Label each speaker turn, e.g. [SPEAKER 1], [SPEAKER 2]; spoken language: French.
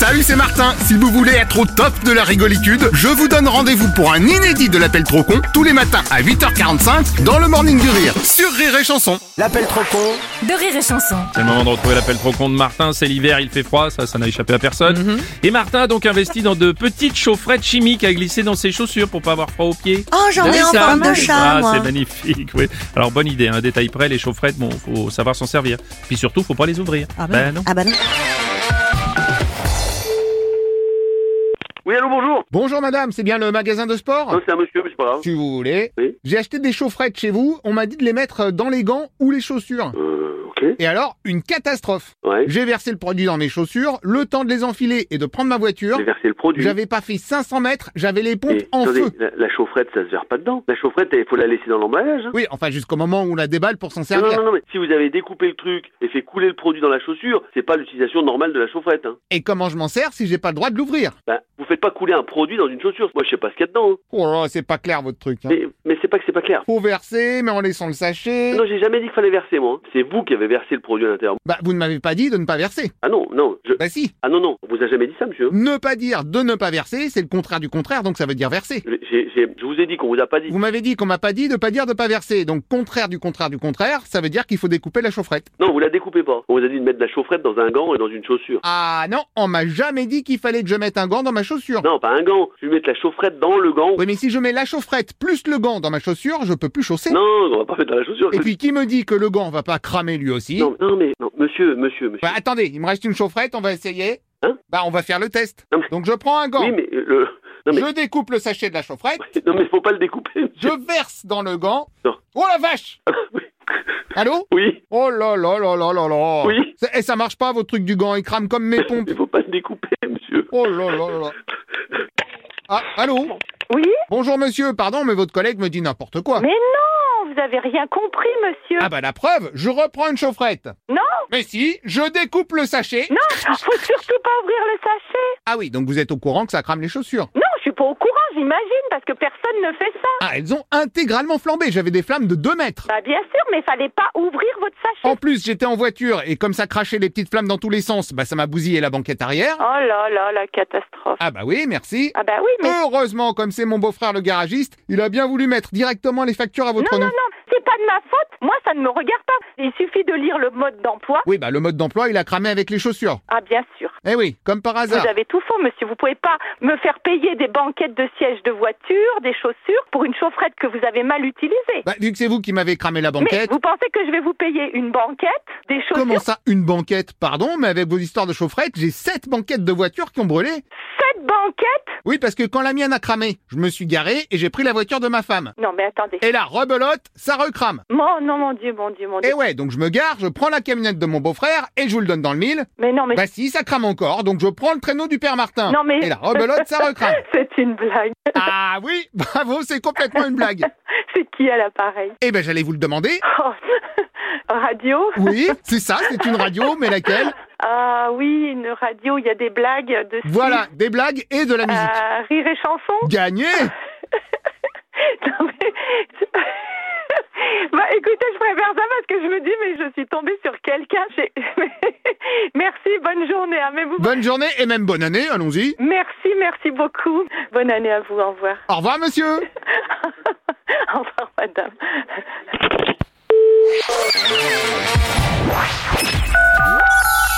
[SPEAKER 1] Salut, c'est Martin. Si vous voulez être au top de la rigolitude, je vous donne rendez-vous pour un inédit de l'appel trop con tous les matins à 8h45 dans le Morning du Rire sur Rire et Chanson.
[SPEAKER 2] L'appel trop con
[SPEAKER 3] de rire et chanson.
[SPEAKER 4] C'est le moment de retrouver l'appel trop con de Martin. C'est l'hiver, il fait froid, ça, ça n'a échappé à personne. Et Martin a donc investi dans de petites chaufferettes chimiques à glisser dans ses chaussures pour pas avoir froid aux pieds.
[SPEAKER 5] Oh, j'en ai en forme de chat,
[SPEAKER 4] Ah,
[SPEAKER 5] moi.
[SPEAKER 4] c'est magnifique, oui. Alors, bonne idée, un détail près, les chaufferettes, bon, faut savoir s'en servir. Puis surtout, faut pas les ouvrir. Ah ben non.
[SPEAKER 5] Ah bah non.
[SPEAKER 6] Oui, allô, bonjour.
[SPEAKER 1] Bonjour madame, c'est bien le magasin de sport
[SPEAKER 6] Non, c'est un monsieur, mais c'est pas grave.
[SPEAKER 1] Si vous voulez.
[SPEAKER 6] Oui.
[SPEAKER 1] J'ai acheté des chaufferettes chez vous, on m'a dit de les mettre dans les gants ou les chaussures.
[SPEAKER 6] Euh, ok.
[SPEAKER 1] Et alors, une catastrophe.
[SPEAKER 6] Ouais.
[SPEAKER 1] J'ai versé le produit dans mes chaussures, le temps de les enfiler et de prendre ma voiture.
[SPEAKER 6] J'ai versé le produit.
[SPEAKER 1] J'avais pas fait 500 mètres, j'avais les pompes
[SPEAKER 6] Et,
[SPEAKER 1] en
[SPEAKER 6] attendez,
[SPEAKER 1] feu.
[SPEAKER 6] La, la chaufferette, ça se verre pas dedans. La chaufferette, il faut la laisser dans l'emballage. hein.
[SPEAKER 1] Oui, enfin jusqu'au moment où on la déballe pour s'en
[SPEAKER 6] Non,
[SPEAKER 1] servir.
[SPEAKER 6] non, non, non, mais si vous avez découpé le truc et fait couler le produit dans la chaussure, c'est pas l'utilisation normale de la chaufferette. Hein.
[SPEAKER 1] Et comment je m'en sers si j'ai pas le droit de l'ouvrir
[SPEAKER 6] Ben, vous faites pas couler un produit dans une chaussure. Moi, je sais pas ce qu'il y a dedans. hein.
[SPEAKER 1] Oh là, là, c'est pas clair votre truc. hein.
[SPEAKER 6] Mais, mais c'est pas que c'est pas clair.
[SPEAKER 1] Faut verser, mais en laissant le sachet.
[SPEAKER 6] Non, j'ai jamais dit qu'il fallait verser, moi. hein. C'est vous qui avez versé le produit à l'intérieur.
[SPEAKER 1] Bah, vous ne m'avez pas dit de ne pas verser.
[SPEAKER 6] Ah non, non, je...
[SPEAKER 1] Bah si.
[SPEAKER 6] Ah non, non, on vous a jamais dit ça, monsieur. hein.
[SPEAKER 1] Ne pas dire de ne pas verser, c'est le contraire du contraire, donc ça veut dire verser.
[SPEAKER 6] J'ai- j'ai- j'ai- Je vous ai dit qu'on vous a pas dit.
[SPEAKER 1] Vous m'avez dit qu'on m'a pas dit de pas dire de pas verser, donc contraire du contraire du contraire, ça veut dire qu'il faut découper la chaufferette.
[SPEAKER 6] Non, vous la découpez pas. On vous a dit de mettre la chaufferette dans un gant et dans une chaussure.
[SPEAKER 1] Ah non, on m'a jamais dit qu'il fallait que je mette un gant dans ma chaussure.
[SPEAKER 6] Non, pas un gant. Je vais mettre la chaufferette dans le gant.
[SPEAKER 1] Oui, mais si je mets la chaufferette plus le gant dans ma chaussure, je peux plus chausser.
[SPEAKER 6] Non, on va pas mettre dans la chaussure.
[SPEAKER 1] Et puis qui me dit que le gant va pas cramer lui aussi
[SPEAKER 6] Non, non, mais non, monsieur, monsieur, monsieur.
[SPEAKER 1] Bah attendez, il me reste une chaufferette, on va essayer.
[SPEAKER 6] Hein
[SPEAKER 1] bah on va faire le test.
[SPEAKER 6] Non, mais-
[SPEAKER 1] Donc je prends un gant,
[SPEAKER 6] oui, mais euh, le. Non, mais.
[SPEAKER 1] je découpe le sachet de la chaufferette,
[SPEAKER 6] Non, mais faut pas le découper.
[SPEAKER 1] je
[SPEAKER 6] monsieur.
[SPEAKER 1] verse dans le gant.
[SPEAKER 6] Non. Ah
[SPEAKER 1] Oh la vache Allô
[SPEAKER 6] Oui,
[SPEAKER 1] Oh là là là là là là
[SPEAKER 6] Oui.
[SPEAKER 1] C'est- Et ça marche pas vos trucs du gant, ils crament comme mes pompes.
[SPEAKER 6] mais faut pas le découper, monsieur.
[SPEAKER 1] Oh là là là. Ah, allô
[SPEAKER 7] Oui
[SPEAKER 1] Bonjour monsieur, pardon, mais votre collègue me dit n'importe quoi.
[SPEAKER 7] Mais non, vous avez rien compris, monsieur.
[SPEAKER 1] Ah bah la preuve, je reprends une chaufferette.
[SPEAKER 7] Non.
[SPEAKER 1] Mais si, je découpe le sachet.
[SPEAKER 7] Non, faut surtout pas ouvrir le sachet.
[SPEAKER 1] Ah oui, donc vous êtes au courant que ça crame les chaussures.
[SPEAKER 7] Non, je suis pas au courant, j'imagine, parce que personne ne fait ça.
[SPEAKER 1] Ah, elles ont intégralement flambé, j'avais des flammes de 2 mètres.
[SPEAKER 7] Bah bien sûr, mais fallait pas ouvrir votre sachet.
[SPEAKER 1] En plus, j'étais en voiture et comme ça crachait des petites flammes dans tous les sens, bah ça m'a bousillé la banquette arrière.
[SPEAKER 7] Oh là là, la catastrophe.
[SPEAKER 1] Ah bah oui, merci.
[SPEAKER 7] Ah bah oui, mais
[SPEAKER 1] Heureusement, comme c'est mon beau-frère le garagiste, il a bien voulu mettre directement les factures à votre
[SPEAKER 7] non, non,
[SPEAKER 1] nom.
[SPEAKER 7] non, c'est pas de ma faute. Moi, ça ne me regarde pas. Il suffit de lire le mode d'emploi.
[SPEAKER 1] Oui, bah le mode d'emploi, il a cramé avec les chaussures.
[SPEAKER 7] Ah bien sûr.
[SPEAKER 1] Eh oui, comme par hasard.
[SPEAKER 7] Vous avez tout faux, monsieur. Vous pouvez pas me faire payer des banquettes de sièges de voiture, des chaussures, pour une chaufferette que vous avez mal utilisée.
[SPEAKER 1] Bah, vu que c'est vous qui m'avez cramé la
[SPEAKER 7] mais
[SPEAKER 1] banquette.
[SPEAKER 7] vous pensez que je vais vous payer une banquette, des chaussures
[SPEAKER 1] Comment ça, une banquette Pardon, mais avec vos histoires de chaufferette, j'ai sept banquettes de voitures qui ont brûlé.
[SPEAKER 7] Cette banquette
[SPEAKER 1] Oui, parce que quand la mienne a cramé, je me suis garé et j'ai pris la voiture de ma femme.
[SPEAKER 7] Non, mais attendez.
[SPEAKER 1] Et là, rebelote, ça recrame.
[SPEAKER 7] Mon, non, mon Dieu, mon Dieu, mon Dieu.
[SPEAKER 1] Et ouais, donc je me gare, je prends la camionnette de mon beau-frère et je vous le donne dans le mille.
[SPEAKER 7] Mais non, mais
[SPEAKER 1] Bah si, ça crame encore, donc je prends le traîneau du père Martin.
[SPEAKER 7] Non, mais-
[SPEAKER 1] Et la rebelote, ça recrame.
[SPEAKER 7] c'est une blague.
[SPEAKER 1] Ah oui, bravo, c'est complètement une blague.
[SPEAKER 7] C'est qui à l'appareil
[SPEAKER 1] Eh ben j'allais vous le demander.
[SPEAKER 7] Oh. Radio
[SPEAKER 1] Oui, c'est ça, c'est une radio, mais laquelle
[SPEAKER 7] Ah oui, une radio, il y a des blagues de
[SPEAKER 1] Voilà, des blagues et de la
[SPEAKER 7] style,
[SPEAKER 1] musique.
[SPEAKER 7] euh, rire et chanson.
[SPEAKER 1] Gagné
[SPEAKER 7] Non, mais- bah écoutez, je préfère ça parce que je me dis, mais je suis tombée sur quelqu'un. J'ai- merci, bonne journée. hein, mais vous...
[SPEAKER 1] Bonne journée et même bonne année, allons-y.
[SPEAKER 7] Merci, merci beaucoup. Bonne année à vous, au revoir.
[SPEAKER 1] Au revoir monsieur
[SPEAKER 7] au revoir, madame.